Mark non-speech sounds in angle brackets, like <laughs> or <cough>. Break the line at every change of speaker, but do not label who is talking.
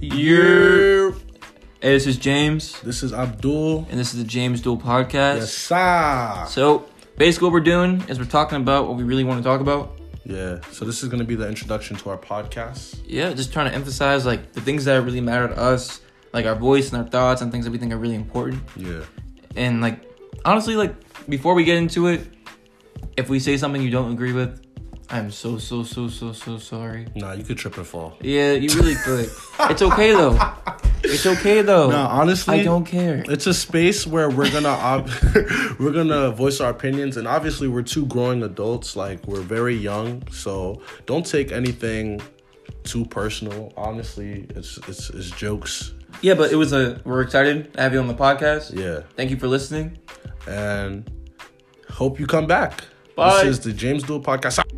Year. Hey, this is James,
This is Abdul.
and this is the James Duel Podcast.
Yes, sir.
So basically, what we're doing is we're talking about what we really want to talk about.
Yeah. So this is gonna be the introduction to our podcast.
Yeah, just trying to emphasize like the things that really matter to us, like our voice and our thoughts, and things that we think are really important.
Yeah.
And like honestly, like before we get into it, if we say something you don't agree with, I'm so so so so so sorry.
Nah, you could trip and fall.
Yeah, you
<laughs>
really could. it's okay though. It's okay though.
No, honestly,
I don't care.
It's a space where we're gonna ob- <laughs> we're gonna voice our opinions, and obviously we're two growing adults. Like we're very young, so don't take anything too personal. Honestly, it's it's, it's jokes.
Yeah, but it was a. We're excited to have you on the podcast.
Yeah,
Thank you for listening.
and hope you come back.
Bye.
This is the James Dual Podcast.